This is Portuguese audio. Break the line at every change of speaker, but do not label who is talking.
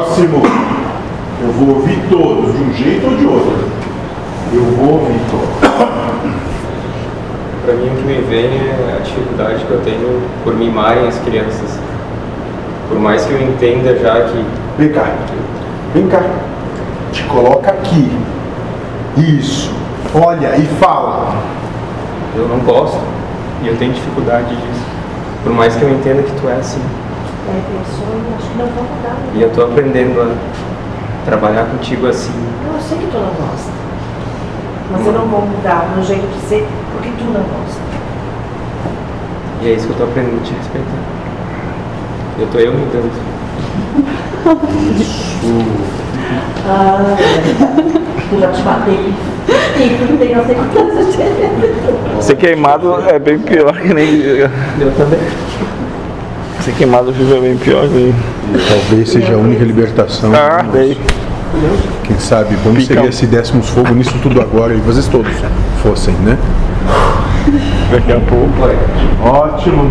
próximo, eu vou ouvir todos, de um jeito ou de outro. Eu vou ouvir todos.
Para mim, o que me vem é a dificuldade que eu tenho por mimarem as crianças. Por mais que eu entenda já que.
Vem cá, vem cá. Te coloca aqui. Isso. Olha e fala.
Eu não gosto e eu tenho dificuldade disso. Por mais que eu entenda que tu é assim.
É, eu sou, acho que não vou mudar. né?
E eu tô aprendendo a trabalhar contigo assim.
Eu sei que tu não gosta. Mas eu não vou mudar o meu jeito de ser porque tu não gosta.
E é isso que eu tô aprendendo a te respeitar. Eu tô eu mudando.
Ah, tu já te batei. E tudo bem, eu sei que tu
Ser queimado é bem pior que nem.
Eu também.
Ser queimado vivo é bem pior que nem.
Talvez seja a única libertação.
Tá.
Ah, bem.
Quem sabe, como
Picão.
seria se dessemos fogo nisso tudo agora e vocês todos fossem, né?
Daqui a pouco.
Olha,
Ótimo.